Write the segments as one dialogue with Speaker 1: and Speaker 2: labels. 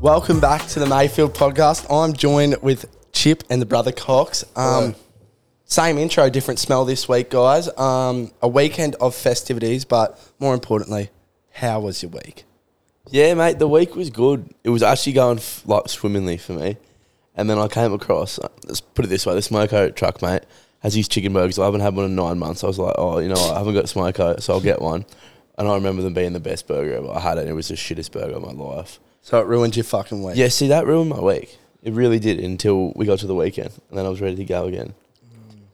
Speaker 1: Welcome back to the Mayfield podcast. I'm joined with Chip and the brother Cox. Um, same intro, different smell this week, guys. Um, a weekend of festivities, but more importantly, how was your week?
Speaker 2: Yeah, mate, the week was good. It was actually going f- like swimmingly for me. And then I came across, let's put it this way, the smoko truck, mate, has these chicken burgers. I haven't had one in nine months. I was like, oh, you know what, I haven't got smoko, so I'll get one. And I remember them being the best burger ever. I had it, and it was the shittest burger of my life.
Speaker 1: So it ruined your fucking week.
Speaker 2: Yeah, see, that ruined my week. It really did until we got to the weekend. And then I was ready to go again.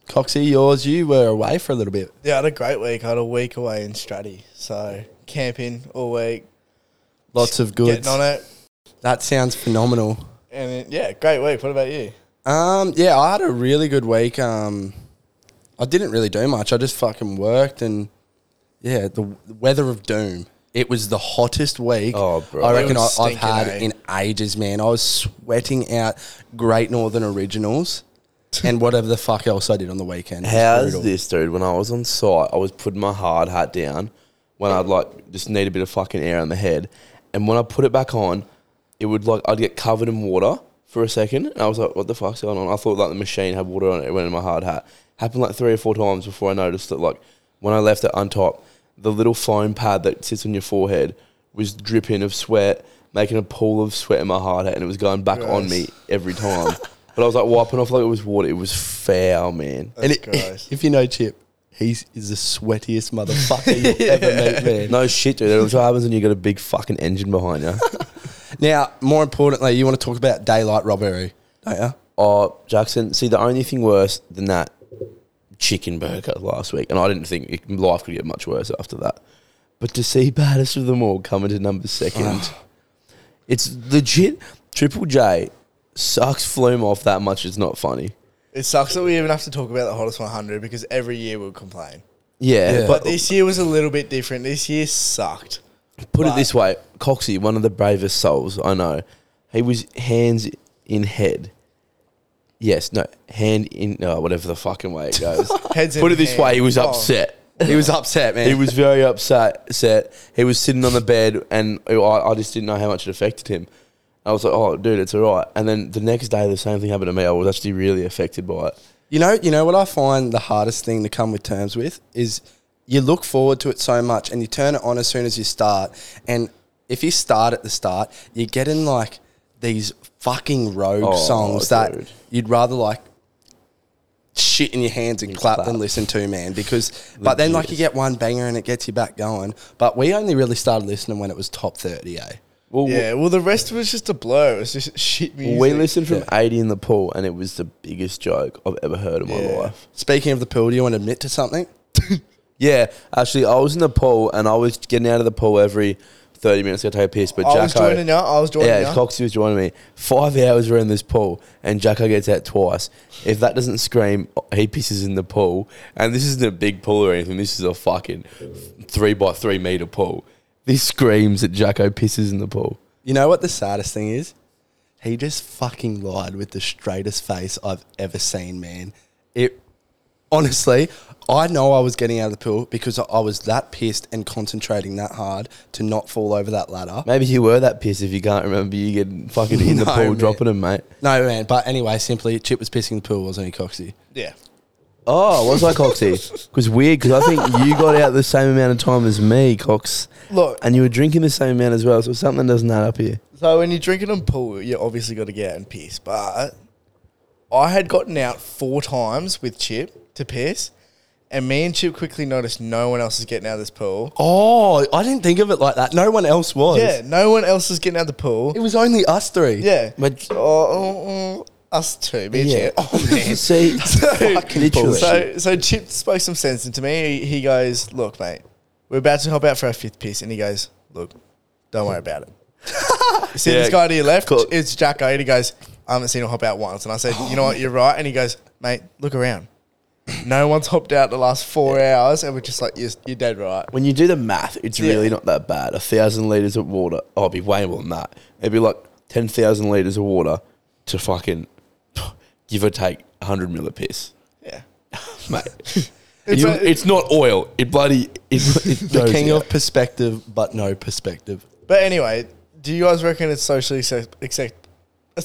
Speaker 1: Coxie, yours, you were away for a little bit.
Speaker 3: Yeah, I had a great week. I had a week away in Stratty, so camping all week,
Speaker 1: Lots of goods.
Speaker 3: getting on it,
Speaker 1: That sounds phenomenal.
Speaker 3: and it, yeah, great week. What about you?
Speaker 1: Um, yeah, I had a really good week. Um, I didn't really do much. I just fucking worked and yeah, the the weather of doom. It was the hottest week
Speaker 2: Oh, bro.
Speaker 1: I reckon
Speaker 3: It
Speaker 1: I,
Speaker 3: was
Speaker 1: I've
Speaker 3: stinking,
Speaker 1: had
Speaker 3: eh?
Speaker 1: in ages, man. I was sweating out Great Northern Originals and whatever the fuck else I did on the weekend. It was
Speaker 2: How's
Speaker 1: brutal.
Speaker 2: this, dude? When I was on site, I was putting my hard hat down when I'd like just need a bit of fucking air on the head, and when I put it back on, it would like I'd get covered in water for a second, and I was like, "What the fuck's going on?" I thought like the machine had water on it. It went in my hard hat. Happened like three or four times before I noticed that like when I left it untopped, the little foam pad that sits on your forehead was dripping of sweat, making a pool of sweat in my hard hat, and it was going back on
Speaker 3: Gross.
Speaker 2: me every time. But I was like wiping off like it was water. It was foul, man.
Speaker 1: And
Speaker 3: That's gross.
Speaker 1: if you know Chip, he's is the sweatiest motherfucker you'll ever meet, man.
Speaker 2: No shit, dude. That's what happens when you got a big fucking engine behind you.
Speaker 1: Now, more importantly, you want to talk about daylight robbery, don't you?
Speaker 2: oh, Jackson. See, the only thing worse than that chicken burger last week, and I didn't think it, life could get much worse after that. But to see baddest of them all coming to number second, it's legit. Triple J sucks Flume off that much. It's not funny.
Speaker 3: It sucks that we even have to talk about the hottest 100 because every year we'll complain.
Speaker 2: Yeah,
Speaker 1: Yeah.
Speaker 2: but
Speaker 3: But this year was a little bit different. This year sucked.
Speaker 2: put it this way, Coxie, one of the bravest souls I know, he was hands in head. Yes, no, hand in, no, whatever the fucking way it goes.
Speaker 3: Heads
Speaker 2: put
Speaker 3: in
Speaker 2: it this
Speaker 3: hand.
Speaker 2: way, he was
Speaker 3: Oh.
Speaker 2: upset.
Speaker 1: He was upset, man.
Speaker 2: He was very upset. Set. He was sitting on the bed, and I, I just didn't know how much it affected him. I was like, "Oh, dude, it's all right." And then the next day, the same thing happened to me. I was actually really affected by it.
Speaker 1: You know, you know what I find the hardest thing to come with terms with is you look forward to it so much and you turn it on as soon as you start. And if you start at the start, you get in like these fucking rogue
Speaker 2: Oh,
Speaker 1: songs
Speaker 2: dude.
Speaker 1: that you'd rather like shit in your hands and clap,
Speaker 2: clap.
Speaker 1: than listen to, man. Because but then like you get one banger and it gets you back going. But we only really started listening when it was top thirty, eh?
Speaker 2: Well,
Speaker 3: Yeah, well, the rest was just a blur. It was just shit music.
Speaker 2: we listened from eighty in the pool, and it was the biggest joke I've ever heard in my
Speaker 3: Yeah.
Speaker 2: life.
Speaker 1: Speaking of the pool, do you want to admit to something?
Speaker 2: Yeah, actually, I was in the pool and I was getting out of the pool every 30 minutes to go take a piss. But
Speaker 3: I
Speaker 2: Jacko,
Speaker 3: was joining you. I was joining
Speaker 2: yeah,
Speaker 3: you.
Speaker 2: Coxie was joining me. Five hours we're in this pool and Jacko gets out twice. If that doesn't scream, he pisses in the pool. And this isn't a big pool or anything. This is a fucking three by three meter pool. This screams that Jacko pisses in the pool.
Speaker 1: You know what the saddest thing is? He just fucking lied with the straightest face I've ever seen, man. It honestly, I know I was getting out of the pool because I- I was that pissed and concentrating that hard to not fall over that ladder.
Speaker 2: Maybe you were that pissed if you can't remember you getting fucking in the
Speaker 1: No,
Speaker 2: pool
Speaker 1: man.
Speaker 2: dropping him, mate.
Speaker 1: No, man. But anyway, simply Chip was pissing in the pool, wasn't he, Coxie?
Speaker 3: Yeah.
Speaker 2: Oh, was I Coxie? Because weird, because I think you got out the same amount of time as me, Cox.
Speaker 3: Look,
Speaker 2: And you were drinking the same amount as well, so something doesn't add up here.
Speaker 3: So when you're drinking on pool, you obviously got to get out and piss. But I had gotten out four times with Chip to piss, and me and Chip quickly noticed no one else is getting out of this pool.
Speaker 1: Oh, I didn't think of it like that. No one else was.
Speaker 3: Yeah, no one else is getting out of the pool.
Speaker 1: It was only us three.
Speaker 3: Yeah,
Speaker 2: But-
Speaker 3: oh, oh, oh, us two, me and
Speaker 2: Yeah.
Speaker 3: Chip. Oh man.
Speaker 2: See,
Speaker 3: so,
Speaker 2: bullshit.
Speaker 3: so, so Chip spoke some sense into me. He, he goes, "Look, mate, we're about to hop out for our fifth piss," and he goes, "Look, don't worry about it." You see
Speaker 2: Yeah,
Speaker 3: this guy to your left?
Speaker 2: cool. Oh
Speaker 3: It's Jacko. And he goes, "I haven't seen him hop out once." And I said, "You know what? You're right." And he goes, "Mate, look around. No one's hopped out the last four hours," and we're just like, "You're, you're dead right."
Speaker 2: when you do the math, it's really not that bad. A thousand liters of water. Oh, it'd be way more than that. It'd be like ten thousand liters of water to fucking give or take hundred mil of piss,
Speaker 3: Yeah.
Speaker 2: mate.
Speaker 3: It's
Speaker 2: it's,
Speaker 3: a-
Speaker 2: it's not oil. It bloody it, it
Speaker 1: The
Speaker 2: goes
Speaker 1: king
Speaker 2: out.
Speaker 1: of perspective, but no perspective.
Speaker 3: But anyway, do you guys reckon it's socially accept, accept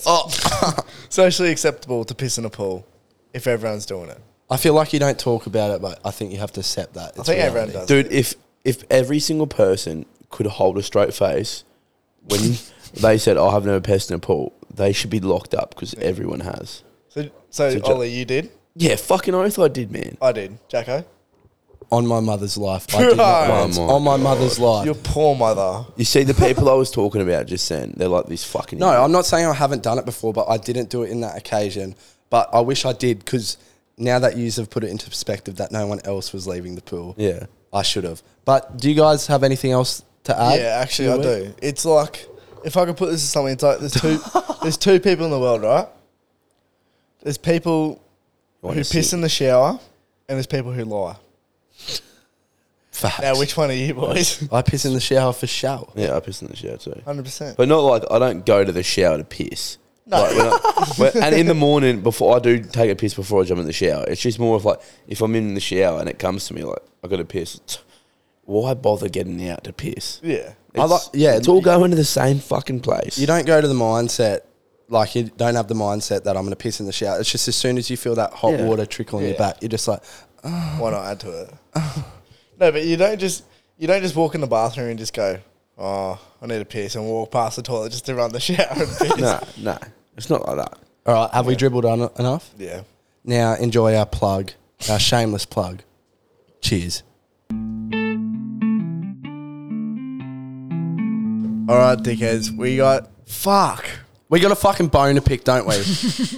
Speaker 2: Oh.
Speaker 3: socially acceptable to piss in a pool if everyone's doing it?
Speaker 1: I feel like you don't talk about it, but I think you have to accept that. It's
Speaker 3: think everyone
Speaker 1: reality.
Speaker 3: does.
Speaker 2: dude. If if every single person could hold a straight face when they said, "I have never pissed in a pool," they should be locked up because everyone has.
Speaker 3: So, so,
Speaker 2: So, Ja-
Speaker 3: Ollie, you did,
Speaker 2: Yeah, fucking oath, I did, man.
Speaker 3: I did, Jacko.
Speaker 1: On my mother's life. I did not
Speaker 3: Right.
Speaker 1: once.
Speaker 2: Oh my
Speaker 1: on my mother's life.
Speaker 3: Your poor mother.
Speaker 2: You see, the people I was talking about just then, they're like this fucking.
Speaker 1: No, I'm not saying I haven't done it before, but I didn't do it in that occasion. But I wish I did because now that you have put it into perspective that no one else was leaving the pool,
Speaker 2: Yeah.
Speaker 1: I should have. But do you guys have anything else to add?
Speaker 3: yeah, actually,
Speaker 1: to
Speaker 3: I
Speaker 1: it?
Speaker 3: do. It's like if I could put this as something. It's like there's two, there's two people in the world, right? There's people who
Speaker 2: Wanna
Speaker 3: piss
Speaker 2: see-
Speaker 3: in the shower, and there's people who lie.
Speaker 1: Facts.
Speaker 3: Now, which one are you boys?
Speaker 1: I piss in the shower for shower.
Speaker 2: Yeah, I piss in the shower too.
Speaker 3: Hundred percent.
Speaker 2: But not like I don't go to the shower to piss.
Speaker 3: No.
Speaker 2: Like, when I- when- and in the morning before I do take a piss before I jump in the shower. It's just more of like if I'm in the shower and it comes to me like I got to piss. t- Why bother getting out to piss?
Speaker 3: Yeah.
Speaker 1: I like-
Speaker 2: It's-
Speaker 1: yeah,
Speaker 2: it's all going to the same fucking place.
Speaker 1: You don't go to the mindset, like you don't have the mindset that I'm going to piss in the shower. It's just as soon as you feel that hot
Speaker 2: Yeah.
Speaker 1: water trickle in your
Speaker 3: Yeah.
Speaker 1: back, you're just like,
Speaker 3: Why not add to it? no, but you don't just you don't just walk in the bathroom and just go, oh, I need a piss, and walk past the toilet just to run the shower and piss.
Speaker 2: No, no, it's not like that.
Speaker 1: all right, have we dribbled on it enough?
Speaker 3: Yeah.
Speaker 1: Now enjoy our plug, our shameless plug. Cheers.
Speaker 3: All right, dickheads, we got fuck.
Speaker 1: We got a fucking bone to pick, don't we?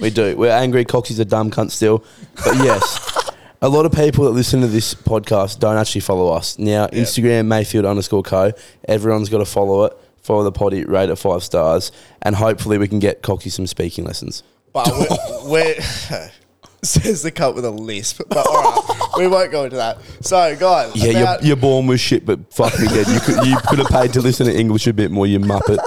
Speaker 2: We do. We're angry. Coxie's a dumb cunt still. But yes, a lot of people that listen to this podcast don't actually follow us. Now, Instagram, Mayfield underscore co. Everyone's got to follow it. Follow the potty, rate it five stars. And hopefully we can get Coxie some speaking lessons.
Speaker 3: But we're, we're says the cut with a lisp. But all right, we won't go into that. So, guys,
Speaker 2: Yeah,
Speaker 3: about-
Speaker 2: you're, you're born with shit, but fuck me dead. You could, you could have paid to listen to English a bit more, you muppet.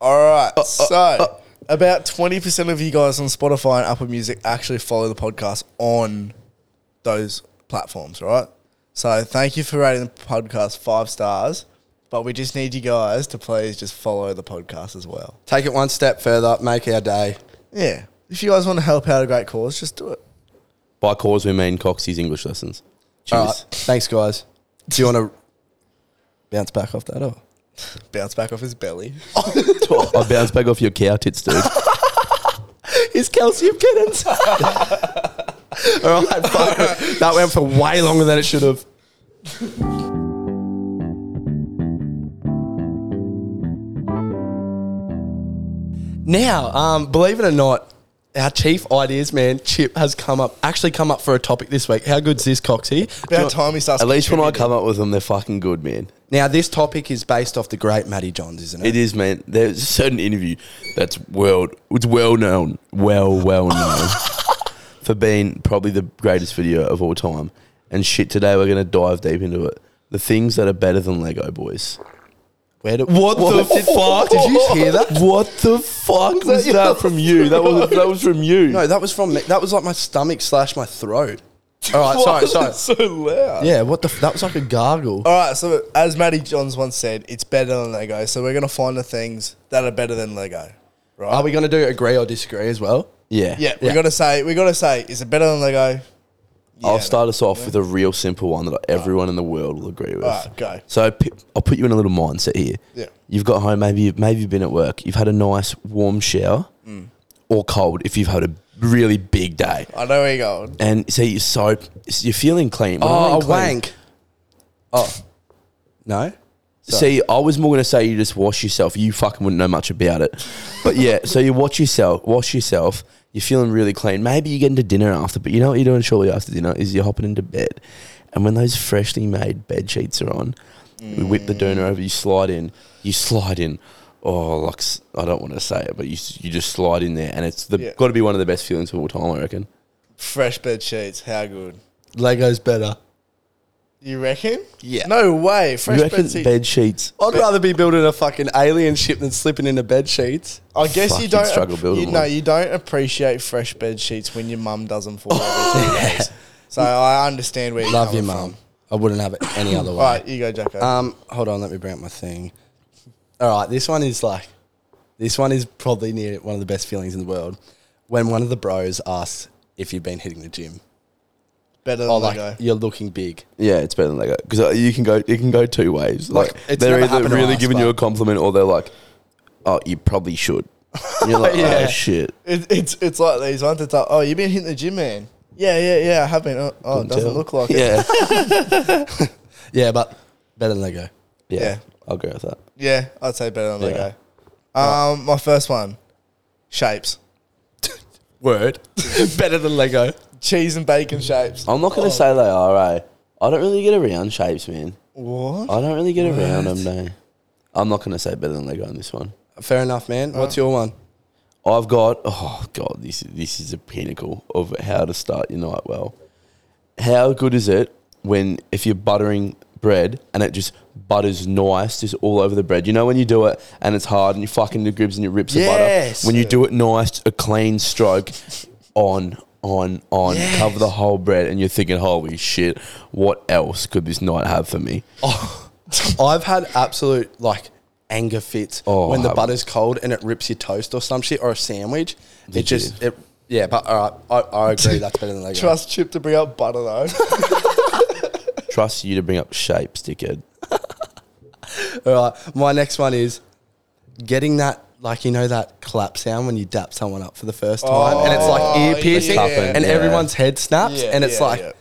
Speaker 3: all right.
Speaker 2: Uh,
Speaker 3: so, about twenty percent of you guys on Spotify and Apple Music actually follow the podcast on those platforms, right? So, thank you for rating the podcast five stars. But we just need you guys to please just follow the podcast as well.
Speaker 1: Take it one step further, make our day.
Speaker 3: Yeah, if you guys want to help out a great cause, just do it.
Speaker 2: By cause, we mean Coxie's English lessons. Cheers.
Speaker 1: All right, thanks, guys. Do you want to bounce back off that? Or?
Speaker 3: Bounce back off his belly.
Speaker 2: Oh, I bounce back off your cow tits, dude.
Speaker 1: It's calcium kittens. All right, fuck. it. That went for way longer than it should have. Now, um, believe it or not, our chief ideas man, Chip, has come up actually come up for a topic this week. How good's this, Coxie? Do you-
Speaker 3: About time he starts.
Speaker 2: At least when I
Speaker 3: contributing.
Speaker 2: come up with them, they're fucking good, man.
Speaker 1: Now, this topic is based off the great Matty Johns, isn't it?
Speaker 2: It is, man. There's a certain interview that's world, it's well known, well, well known for being probably the greatest video of all time. And shit, today we're gonna dive deep into it. The things that are better than Lego boys.
Speaker 1: Where do-
Speaker 2: What, the
Speaker 1: did-
Speaker 2: fuck?
Speaker 1: Did you hear that?
Speaker 2: What the fuck was,
Speaker 1: your-
Speaker 2: that from you? That was that was from you.
Speaker 1: No, that was from me. That was like my stomach slash my throat. All right,
Speaker 3: Why
Speaker 1: sorry,
Speaker 3: is
Speaker 1: sorry.
Speaker 3: it So loud.
Speaker 1: Yeah, what the? F- that was like a gargle.
Speaker 3: All right. So as Matty Johns once said, it's better than Lego. So we're gonna find the things that are better than Lego. Right.
Speaker 1: Are we going to do agree or disagree as well?
Speaker 2: yeah.
Speaker 3: yeah, We
Speaker 1: yeah.
Speaker 3: gotta say. We gotta say. Is it better than Lego?
Speaker 2: I'll
Speaker 3: Yeah.
Speaker 2: start us off with a real simple one that everyone in the world will agree with.
Speaker 3: Alright, go.
Speaker 2: So p- I'll put you in a little mindset here.
Speaker 3: Yeah.
Speaker 2: You've got home. Maybe you've, maybe you've been at work. You've had a nice warm shower, or cold if you've had a really big day.
Speaker 3: I know where you're going.
Speaker 2: And so you're so you're feeling clean. When I
Speaker 1: Oh,
Speaker 2: mean
Speaker 1: a
Speaker 2: clean-
Speaker 1: wank. Oh, no.
Speaker 2: See, I was more gonna say you just wash yourself. You fucking wouldn't know much about it, but yeah. So you watch yourself, wash yourself. You're feeling really clean. Maybe you get into dinner after, but you know what you're doing shortly after dinner is you're hopping into bed, and when those freshly made bed sheets are on, we whip the doona over. You slide in. You slide in. Oh, like s- I don't want to say it, but you s- you just slide in there, and it's the
Speaker 3: Yeah.
Speaker 2: got to be one of the best feelings of all time, I reckon.
Speaker 3: Fresh bed sheets. How good?
Speaker 1: Lego's better.
Speaker 3: You reckon?
Speaker 1: Yeah.
Speaker 3: No way. Fresh
Speaker 2: you reckon
Speaker 3: bed sheets.
Speaker 2: bed sheets?
Speaker 1: I'd rather be building a fucking alien ship than slipping into bed sheets.
Speaker 3: I guess
Speaker 2: Fuck,
Speaker 3: you
Speaker 2: you'd
Speaker 3: don't.
Speaker 2: struggle
Speaker 3: ap-
Speaker 2: building
Speaker 3: you, no,
Speaker 2: one.
Speaker 3: you don't appreciate fresh bed sheets when your mum does them for you every two days. So I understand where you're
Speaker 1: Love you,
Speaker 3: coming
Speaker 1: mum. I wouldn't have it any other way.
Speaker 2: Uh,
Speaker 3: From. All right, you go, Jacko.
Speaker 1: Um, hold on, let me bring up my thing. All right, this one is like, this one is probably near one of the best feelings in the world. When one of the bros asks if you've been hitting the gym,
Speaker 3: Better than
Speaker 1: oh,
Speaker 3: they
Speaker 1: like
Speaker 3: go.
Speaker 1: you're looking big.
Speaker 2: Yeah, it's better than Lego because you can go. It can go two ways. Like,
Speaker 1: Like, it's
Speaker 2: they're
Speaker 1: never
Speaker 2: either
Speaker 1: happened to
Speaker 2: really
Speaker 1: us,
Speaker 2: giving you
Speaker 1: but-
Speaker 2: a compliment or they're like, "Oh, you probably should." And you're like, "Oh shit."
Speaker 3: It, it's it's like these ones. It's like, oh, you've been hitting the gym, man. Yeah, yeah, yeah. I have been. Oh, oh it
Speaker 2: Couldn't
Speaker 3: doesn't
Speaker 2: tell.
Speaker 3: look like it.
Speaker 2: yeah.
Speaker 1: Yeah, but better than Lego.
Speaker 2: yeah,
Speaker 3: Yeah.
Speaker 2: I'll go with that.
Speaker 3: Yeah, I'd say better than
Speaker 2: Yeah.
Speaker 3: Lego. Um, my first one, shapes,
Speaker 1: Word, better than Lego.
Speaker 3: cheese and bacon shapes. Oh,
Speaker 2: I'm not gonna say they are. Eh? I don't really get around shapes, man.
Speaker 3: What?
Speaker 2: I don't really get around them. No, I'm not gonna say better than Lego on this one.
Speaker 1: Fair enough, man. What's your one?
Speaker 2: I've got oh god, this is this is a pinnacle of how to start your night well. How good is it when if you're buttering bread and it just butters nice just all over the bread? You know when you do it and it's hard and you fucking the gribs and it rips
Speaker 3: Yes.
Speaker 2: the butter. When you do it nice, a clean stroke on on on cover the whole bread and you're thinking, holy shit, what else could this night have for me?
Speaker 1: Oh, I've had absolute like anger fits
Speaker 2: Oh,
Speaker 1: when the
Speaker 2: I-
Speaker 1: butter's cold and it rips your toast or some shit or a sandwich. it
Speaker 2: Did you?
Speaker 1: just it yeah, but all right, I, I agree that's better than Lego.
Speaker 3: Trust Chip to bring up butter though.
Speaker 2: Trust you to bring up shapes, dickhead.
Speaker 1: All right, my next one is getting that like you know that clap sound when you dap someone up for the first time and it's like
Speaker 3: Oh,
Speaker 1: ear piercing
Speaker 3: yeah.
Speaker 1: and
Speaker 2: Yeah.
Speaker 1: everyone's head snaps
Speaker 3: Yeah,
Speaker 1: and it's
Speaker 3: yeah,
Speaker 1: like
Speaker 3: yeah.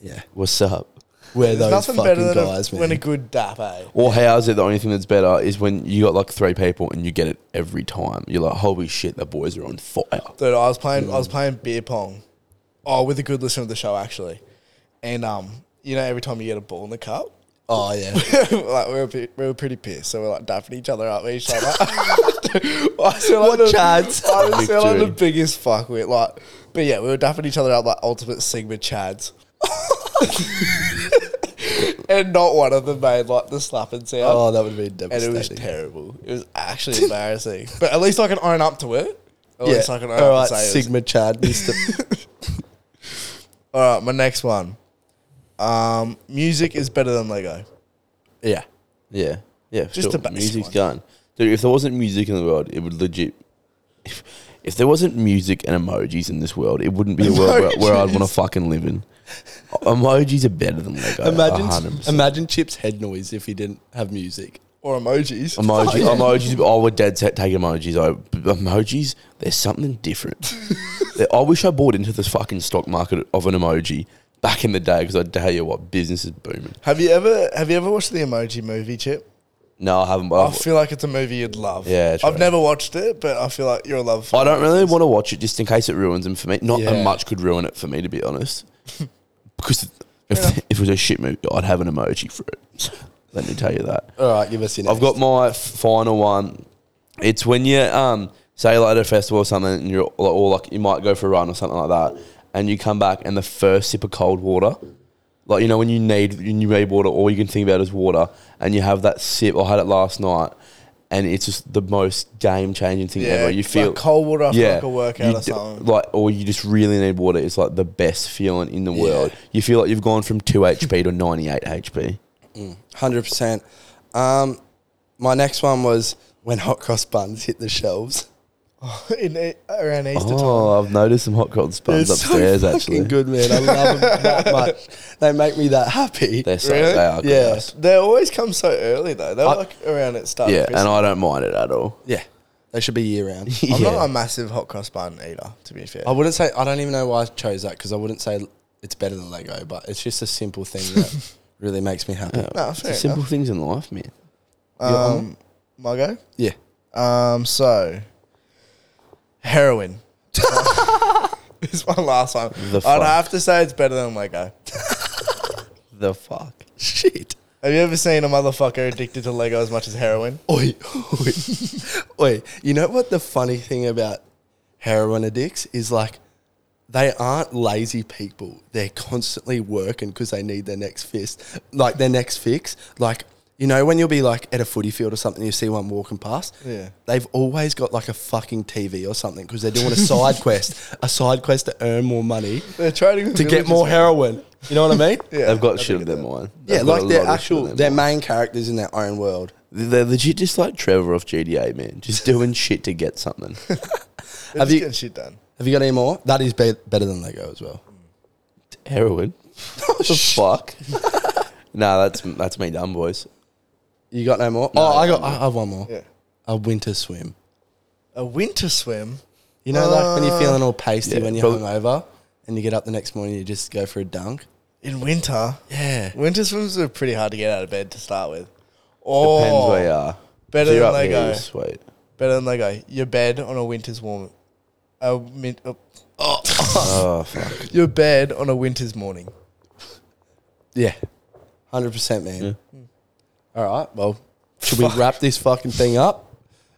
Speaker 1: yeah,
Speaker 2: What's up?
Speaker 1: we're
Speaker 3: There's
Speaker 1: those
Speaker 3: nothing
Speaker 1: fucking
Speaker 3: better than a-
Speaker 1: guys, man.
Speaker 3: when a good dap, eh?
Speaker 2: Or how is it the only thing that's better is when you got like three people and you get it every time. You're like, holy shit, the boys are on fire.
Speaker 3: Dude, I was playing. I was playing beer pong. Oh, with a good listener of the show actually, and um, you know, every time you get a ball in the cup,
Speaker 1: oh yeah.
Speaker 3: like we were, pe- we were pretty pissed, so we are like dapping each other up each other. I feel like
Speaker 1: What
Speaker 3: the,
Speaker 1: chads?
Speaker 3: I feel like the
Speaker 2: Victory.
Speaker 3: biggest fuck with like, but yeah, we were dapping each other up like ultimate sigma chads. and not one of them made like the slapping sound,
Speaker 1: Oh, that would be
Speaker 3: and it was
Speaker 1: devastating.
Speaker 3: terrible. It was actually embarrassing. But at least I can own up to it. At least I can own
Speaker 1: All
Speaker 3: up
Speaker 1: right,
Speaker 3: to say it was-
Speaker 1: Sigma Chad, Mister.
Speaker 3: All right, my next one. Um, music is better than Lego.
Speaker 1: yeah.
Speaker 2: Yeah. Yeah. for
Speaker 3: Just
Speaker 2: sure.
Speaker 3: the basic
Speaker 2: Music's
Speaker 3: one.
Speaker 2: gone. Dude, if there wasn't music in the world, it would legit. If, if there wasn't music and emojis in this world, it wouldn't be a world where, where I'd want to
Speaker 3: Emojis.
Speaker 2: fucking live in. Emojis are better than Lego.
Speaker 1: Imagine,
Speaker 2: 100%.
Speaker 1: imagine Chip's head noise if he didn't have music.
Speaker 3: Or emojis.
Speaker 2: Emoji, emojis. Oh, we're dead set. Take emojis. Oh, b- emojis. There's something different. There- I wish I bought into this fucking stock market of an emoji back in the day because I tell you what, business is booming.
Speaker 3: Have you ever have you ever watched the Emoji Movie, Chip?
Speaker 2: No, I haven't.
Speaker 3: I
Speaker 2: But I've-
Speaker 3: feel like it's a movie you'd love.
Speaker 2: Yeah, true.
Speaker 3: I've never watched it, but I feel like you're a love. For
Speaker 2: I don't really want to watch it just in case it ruins them for me. Not that
Speaker 1: Yeah.
Speaker 2: much could ruin it for me, to be honest. Because if, if it was a shit movie, I'd have an emoji for it. Let me tell you that.
Speaker 1: All right, give us your. Next.
Speaker 2: I've got my f- final one. It's when you um say like at a festival or something, and you're or, or like you might go for a run or something like that, and you come back and the first sip of cold water, like you know when you need you need water, all you can think about is water, and you have that sip. I had it last night, and it's just the most game changing thing
Speaker 3: Yeah,
Speaker 2: ever. You
Speaker 3: like
Speaker 2: feel
Speaker 3: cold water after, like, a workout
Speaker 2: You
Speaker 3: or
Speaker 2: d-
Speaker 3: something.
Speaker 2: like or you just really need water. It's like the best feeling in the world. You feel like you've gone from two HP to ninety eight HP.
Speaker 1: hundred percent. Um, my next one was when hot cross buns hit the shelves.
Speaker 3: Oh, in it, around Easter time.
Speaker 2: Oh, I've noticed some hot cross buns
Speaker 1: It's
Speaker 2: upstairs
Speaker 1: so fucking
Speaker 2: actually.
Speaker 1: good, man. I love them that much. They make me that happy.
Speaker 2: They're so
Speaker 3: Really?
Speaker 2: they are good.
Speaker 1: Yeah.
Speaker 2: guys.
Speaker 3: They always come so early though. They're like around at start.
Speaker 2: Yeah,
Speaker 3: of
Speaker 2: and
Speaker 3: Christmas.
Speaker 2: I don't mind it at all.
Speaker 1: yeah, they should be year round.
Speaker 3: I'm
Speaker 2: Yeah. Oh,
Speaker 3: not a massive hot cross bun eater, to be fair.
Speaker 1: I wouldn't say. I don't even know why I chose that because I wouldn't say it's better than Lego, but it's just a simple thing that really makes me happy.
Speaker 3: no,
Speaker 2: It's the
Speaker 3: fair
Speaker 2: simple
Speaker 3: enough.
Speaker 2: things in life, man.
Speaker 3: Um, my go.
Speaker 1: Yeah.
Speaker 3: Um, so heroin. this is my last one.
Speaker 2: The
Speaker 3: I'd
Speaker 2: fuck.
Speaker 3: have to say it's better than Lego.
Speaker 2: The fuck.
Speaker 1: Shit.
Speaker 3: Have you ever seen a motherfucker addicted to Lego as much as heroin?
Speaker 1: Oi, oi, oi. You know what the funny thing about heroin addicts is like they aren't lazy people. They're constantly working because they need their next fist, like their next fix. Like, you know, when you'll be like at a footy field or something, you see one walking past.
Speaker 3: Yeah.
Speaker 1: They've always got like a fucking TV or something because they're doing a side quest, a side quest to earn more money
Speaker 3: They're trading with
Speaker 1: to get
Speaker 3: villages,
Speaker 1: more
Speaker 3: man.
Speaker 1: heroin. You know what I mean?
Speaker 3: Yeah,
Speaker 2: they've got
Speaker 3: I
Speaker 2: shit
Speaker 3: think
Speaker 2: in
Speaker 3: it
Speaker 2: their mind.
Speaker 1: yeah,
Speaker 2: They've got
Speaker 1: like
Speaker 2: a
Speaker 1: they're
Speaker 2: lot of shit in
Speaker 1: actual,
Speaker 2: their
Speaker 1: they're
Speaker 2: mind.
Speaker 1: main characters in their own world.
Speaker 2: They're legit just like Trevor off GDA, man. Just doing shit to get something.
Speaker 3: They're
Speaker 1: Have
Speaker 3: just
Speaker 1: you-
Speaker 3: getting shit done.
Speaker 1: Have you got any more? That is be- better than Lego as well.
Speaker 2: Heroin.
Speaker 3: Oh,
Speaker 2: what the fuck? nah, that's that's me done, boys.
Speaker 1: You got no more? oh, I got. I have one more.
Speaker 3: Yeah.
Speaker 1: A winter swim.
Speaker 3: A winter swim.
Speaker 1: You know, like when you're feeling all pasty
Speaker 2: yeah,
Speaker 1: when you're
Speaker 2: probably-
Speaker 1: hungover, and you get up the next morning, you just go for a dunk.
Speaker 3: In winter,
Speaker 1: Yeah.
Speaker 3: winter swims are pretty hard to get out of bed to start with.
Speaker 2: Depends
Speaker 3: Oh,
Speaker 2: where you are.
Speaker 3: better
Speaker 2: If you're
Speaker 3: than
Speaker 2: up
Speaker 3: they
Speaker 2: here,
Speaker 3: go.
Speaker 2: you're Sweet.
Speaker 3: better than Lego. Your bed on a winter's warm. A min, oh,
Speaker 2: Oh fuck.
Speaker 3: your bed on a winter's morning.
Speaker 1: Yeah. Hundred percent, man. All right. Well, should we wrap this fucking thing up?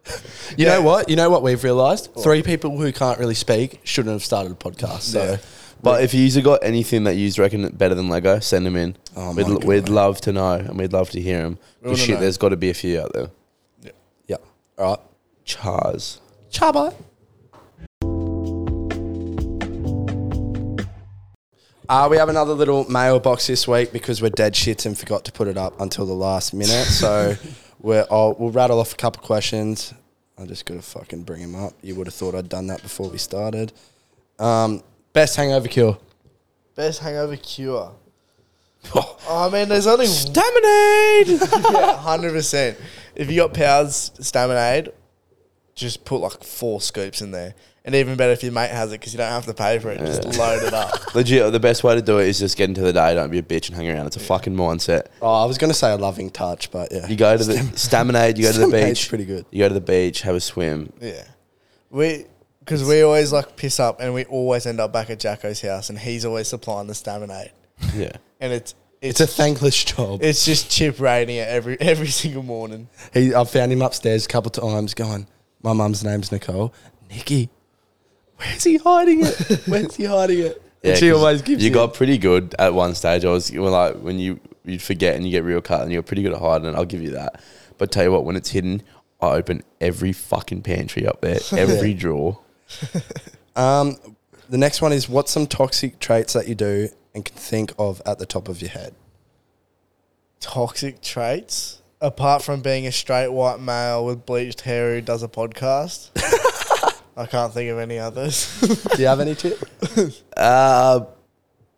Speaker 1: You
Speaker 3: Yeah.
Speaker 1: know what? You know what we've realized? Three people who can't really speak shouldn't have started a podcast. So
Speaker 3: Yeah.
Speaker 2: But if you got anything that you reckon better than Lego, send them in.
Speaker 1: Oh,
Speaker 2: we'd
Speaker 1: my God.
Speaker 2: we'd love to know and we'd love to hear them.
Speaker 3: wanna
Speaker 2: shit,
Speaker 3: know.
Speaker 2: there's got to be a few out there.
Speaker 1: yeah. All right.
Speaker 2: Chars.
Speaker 1: Ciao, bye. Uh, we have another little mailbox this week because we're dead shits and forgot to put it up until the last minute. So we're, I'll, we'll rattle off a couple questions. I just got to fucking bring him up. You would have thought I'd done that before we started. Um, best hangover cure.
Speaker 3: Best hangover cure. oh man, there's only
Speaker 2: Staminade!
Speaker 3: yeah, hundred percent. If you got Powers Staminade, just put like four scoops in there, and even better if your mate has it because you don't have to pay for it. Just load it up.
Speaker 2: Legit, the best way to do it is just get into the day, don't be a bitch and hang around. It's a fucking mindset.
Speaker 1: Oh, I was going to say a loving touch, but yeah.
Speaker 2: You go to the Staminade, you go to the
Speaker 1: Staminade's
Speaker 2: beach.
Speaker 1: pretty good.
Speaker 2: You go to the beach, have a swim.
Speaker 3: Yeah, we because we always like piss up, and we always end up back at Jacko's house, and he's always supplying the Staminade,
Speaker 2: Yeah.
Speaker 3: and it's
Speaker 1: it's a thankless job.
Speaker 3: it's just chip rating it every every single morning.
Speaker 1: He, I found him upstairs a couple times going, My mum's name's Nicole. Nikki, where's he hiding it? Where's he hiding it?
Speaker 2: Yeah,
Speaker 1: and she
Speaker 2: 'cause
Speaker 1: always gives
Speaker 2: You
Speaker 1: it.
Speaker 2: got pretty good at one stage. I was you were like when you you'd forget and you get real cut and you're pretty good at hiding it. I'll give you that. But tell you what, when it's hidden, I open every fucking pantry up there, every drawer.
Speaker 1: Um, the next one is what's some toxic traits that you do and can think of at the top of your head?
Speaker 3: Toxic traits. Apart from being a straight white male with bleached hair who does a podcast, I can't think of any others.
Speaker 1: Do you have any chip?
Speaker 2: Uh,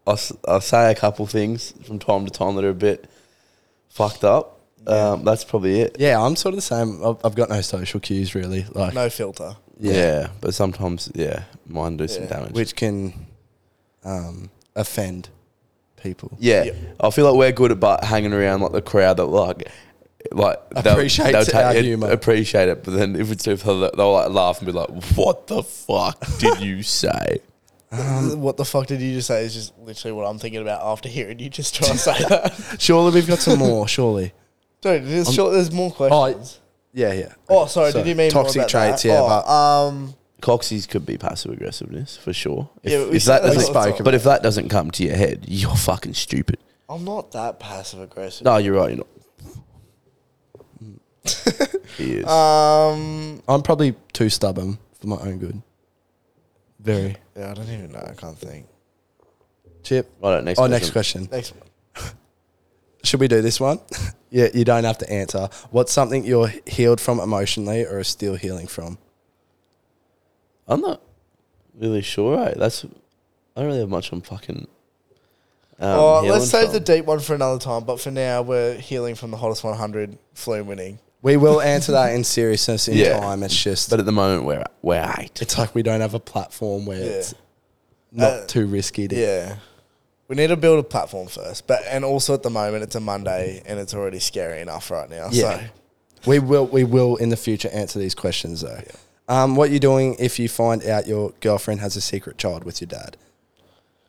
Speaker 2: I'll, s- I'll say a couple things from time to time that are a bit fucked up. Um, that's probably it.
Speaker 1: yeah, I'm sort of the same. I've, I've got no social cues really, like
Speaker 3: no filter.
Speaker 2: Yeah. but sometimes yeah, mine do some
Speaker 3: Yeah.
Speaker 2: damage.
Speaker 1: which can um, offend people.
Speaker 2: Yeah.
Speaker 3: Yeah.
Speaker 2: I feel like we're good about hanging around like the crowd that like like
Speaker 1: Appreciates our humour.
Speaker 2: appreciate it, but then if it's if they'll, they'll like laugh and be like, "What the fuck did you say?"
Speaker 3: what the fuck did you just say? Is just literally what I'm thinking about after hearing you just try to say that.
Speaker 1: Surely we've got some more. Surely.
Speaker 3: Dude, there's, sure, there's more questions.
Speaker 1: Yeah, yeah.
Speaker 3: Oh, sorry, did you mean
Speaker 1: toxic
Speaker 3: more about
Speaker 1: traits?
Speaker 3: that?
Speaker 1: Yeah,
Speaker 3: Oh,
Speaker 1: but
Speaker 3: um,
Speaker 2: Coxies could be passive aggressiveness for sure. If,
Speaker 3: Yeah, but we
Speaker 2: if that
Speaker 3: said that
Speaker 2: doesn't,
Speaker 3: last time.
Speaker 2: but if that doesn't come to your head, you're fucking stupid.
Speaker 3: I'm not that passive aggressive.
Speaker 2: No, you're right. You're not. he is.
Speaker 3: Um,
Speaker 1: I'm probably too stubborn for my own good. Very.
Speaker 3: yeah, I don't even know. I can't think.
Speaker 1: Chip.
Speaker 2: right, next.
Speaker 1: oh, next question.
Speaker 3: Next one.
Speaker 1: Should we do this one? yeah, you don't have to answer. What's something you're healed from emotionally or are still healing from?
Speaker 2: I'm not really sure. Right? That's. I don't really have much on fucking. Um,
Speaker 3: oh, let's
Speaker 2: healing
Speaker 3: save
Speaker 2: from.
Speaker 3: the deep one for another time. But for now, we're healing from the hottest 100 flume winning.
Speaker 1: We will answer that in seriousness in
Speaker 2: Yeah.
Speaker 1: time. It's just,
Speaker 2: But at the moment, we're we're eight.
Speaker 1: it's like we don't have a platform where
Speaker 3: Yeah.
Speaker 1: it's not
Speaker 3: Uh,
Speaker 1: too risky to.
Speaker 3: Yeah. We need to build a platform first, but and also at the moment it's a Monday and it's already scary enough right now.
Speaker 1: Yeah. We will, we will in the future answer these questions though. Um, what you doing if you find out your girlfriend has a secret child with your dad?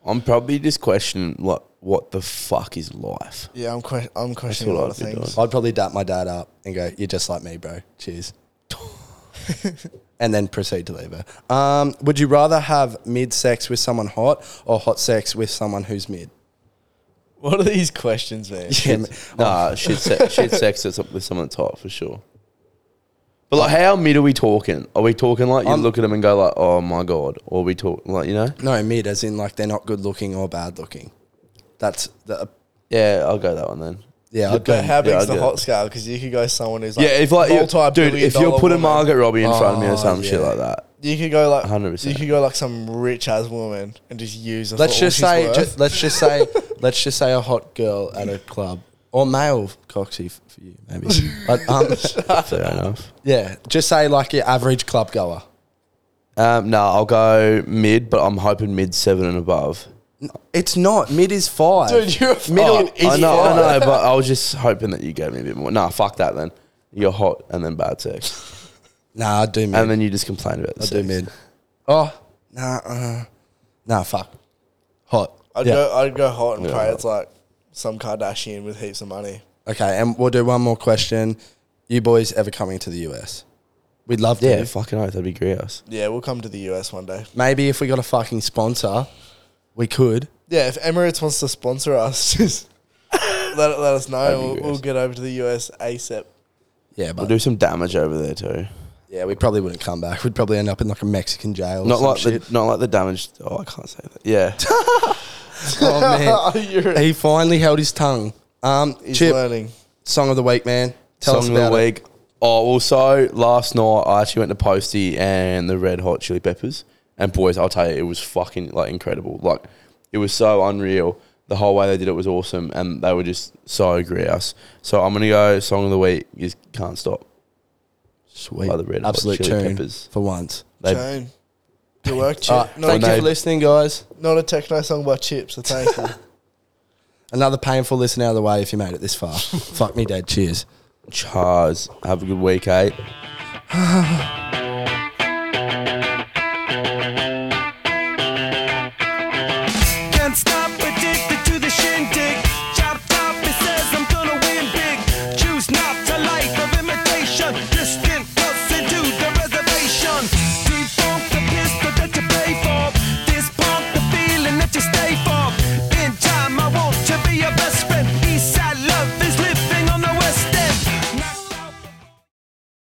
Speaker 2: I'm probably just questioning like what the fuck is life.
Speaker 3: So yeah, I'm que- I'm questioning a
Speaker 2: what
Speaker 3: lot
Speaker 2: I'd
Speaker 3: of
Speaker 2: be
Speaker 3: things.
Speaker 1: I'd probably dap my dad up and go, "You're just like me, bro. Cheers." and then proceed to leave her. Um, would you rather have mid sex with someone hot or hot sex with someone who's mid?
Speaker 3: What are these questions, man?
Speaker 1: Yeah, ma-
Speaker 2: Nah, shit, se- shit, sex with some- with someone that's hot for sure. But like, how mid are we talking? Are we talking like you
Speaker 1: I'm-
Speaker 2: look at them and go like, "Oh my god," or we talk like you know?
Speaker 1: no, mid as in like they're not good looking or bad looking. That's the
Speaker 2: Yeah, I'll go that one then.
Speaker 1: yeah. I'd go,
Speaker 3: But how big's
Speaker 2: I'd
Speaker 3: the
Speaker 2: go-
Speaker 3: hot scale? Because you could go someone who's like
Speaker 2: yeah, if like you, dude,
Speaker 3: multi-billion
Speaker 2: if you're
Speaker 3: dollar
Speaker 2: putting
Speaker 3: woman.
Speaker 2: Margaret Robbie in front of me
Speaker 1: Oh,
Speaker 2: or some shit
Speaker 1: yeah.
Speaker 2: like that,
Speaker 3: you could go like
Speaker 2: 100%.
Speaker 3: You could go like some rich ass woman and just use. Her
Speaker 1: let's
Speaker 3: for all
Speaker 1: just
Speaker 3: she's
Speaker 1: say
Speaker 3: worth.
Speaker 1: ju- let's just say let's just say a hot girl at a club or male coxie f- for you maybe. but, um,
Speaker 2: fair enough.
Speaker 1: yeah, just say like your average club goer.
Speaker 2: Um, no, I'll go mid, but I'm hoping mid seven and above.
Speaker 1: It's not mid is five.
Speaker 3: Dude, you're a
Speaker 1: middle
Speaker 2: Oh,
Speaker 1: is
Speaker 2: I know,
Speaker 1: five.
Speaker 2: I know, but I was just hoping that you gave me a bit more. Nah, fuck that then. You're hot and then bad sex,
Speaker 1: Nah, I do mid.
Speaker 2: and then you just complain about. The
Speaker 1: I
Speaker 2: sex.
Speaker 1: do mid. Oh nah, uh, nah, fuck, hot.
Speaker 3: I'd
Speaker 1: Yeah.
Speaker 3: go. I'd go hot and
Speaker 2: Yeah.
Speaker 3: pray it's like some Kardashian with heaps of money.
Speaker 1: Okay, and we'll do one more question. You boys ever coming to the US? We'd love to.
Speaker 2: Yeah, fucking oath, that'd be gross.
Speaker 3: Yeah, we'll come to the US one day.
Speaker 1: Maybe if we got a fucking sponsor, we could.
Speaker 3: Yeah, if Emirates wants to sponsor us, just let, let us
Speaker 2: That'd be
Speaker 3: know. We'll,
Speaker 2: great.
Speaker 3: we'll get over to the US ASAP.
Speaker 1: Yeah,
Speaker 2: We'll
Speaker 1: but
Speaker 2: do some damage over there too.
Speaker 1: yeah, we probably wouldn't come back. We'd probably end up in like a Mexican jail. Or
Speaker 2: Not like
Speaker 1: shit.
Speaker 2: the, not like the damage. Oh, I can't say that. Yeah,
Speaker 1: oh
Speaker 3: You're-
Speaker 1: man, he finally held his tongue. Um,
Speaker 3: He's
Speaker 1: Chip,
Speaker 3: learning.
Speaker 1: song of the week, man. Tell us
Speaker 2: Song
Speaker 1: about
Speaker 2: of the
Speaker 1: it.
Speaker 2: week. Oh, also last night I actually went to Posty and the Red Hot Chili Peppers, and boys, I'll tell you, it was fucking like incredible. Like it was so unreal. The whole way they did it was awesome, and they were just so grouse. So I'm gonna go song of the week is "Can't Stop"
Speaker 1: Sweet,
Speaker 2: by the Red Hot
Speaker 1: absolute
Speaker 2: Chili
Speaker 1: tune
Speaker 2: Peppers.
Speaker 1: for once.
Speaker 2: They-
Speaker 3: Shane. Good work, Chip.
Speaker 1: Uh,
Speaker 3: not,
Speaker 1: thank
Speaker 3: a,
Speaker 1: you
Speaker 2: they-
Speaker 1: for listening, guys.
Speaker 3: not a techno song by Chip, so thank you.
Speaker 1: Another painful listen out of the way if you made it this far. Fuck me, dead. Cheers.
Speaker 2: Chars, have a good week, eh?
Speaker 4: Can't stop addicted to the shindig.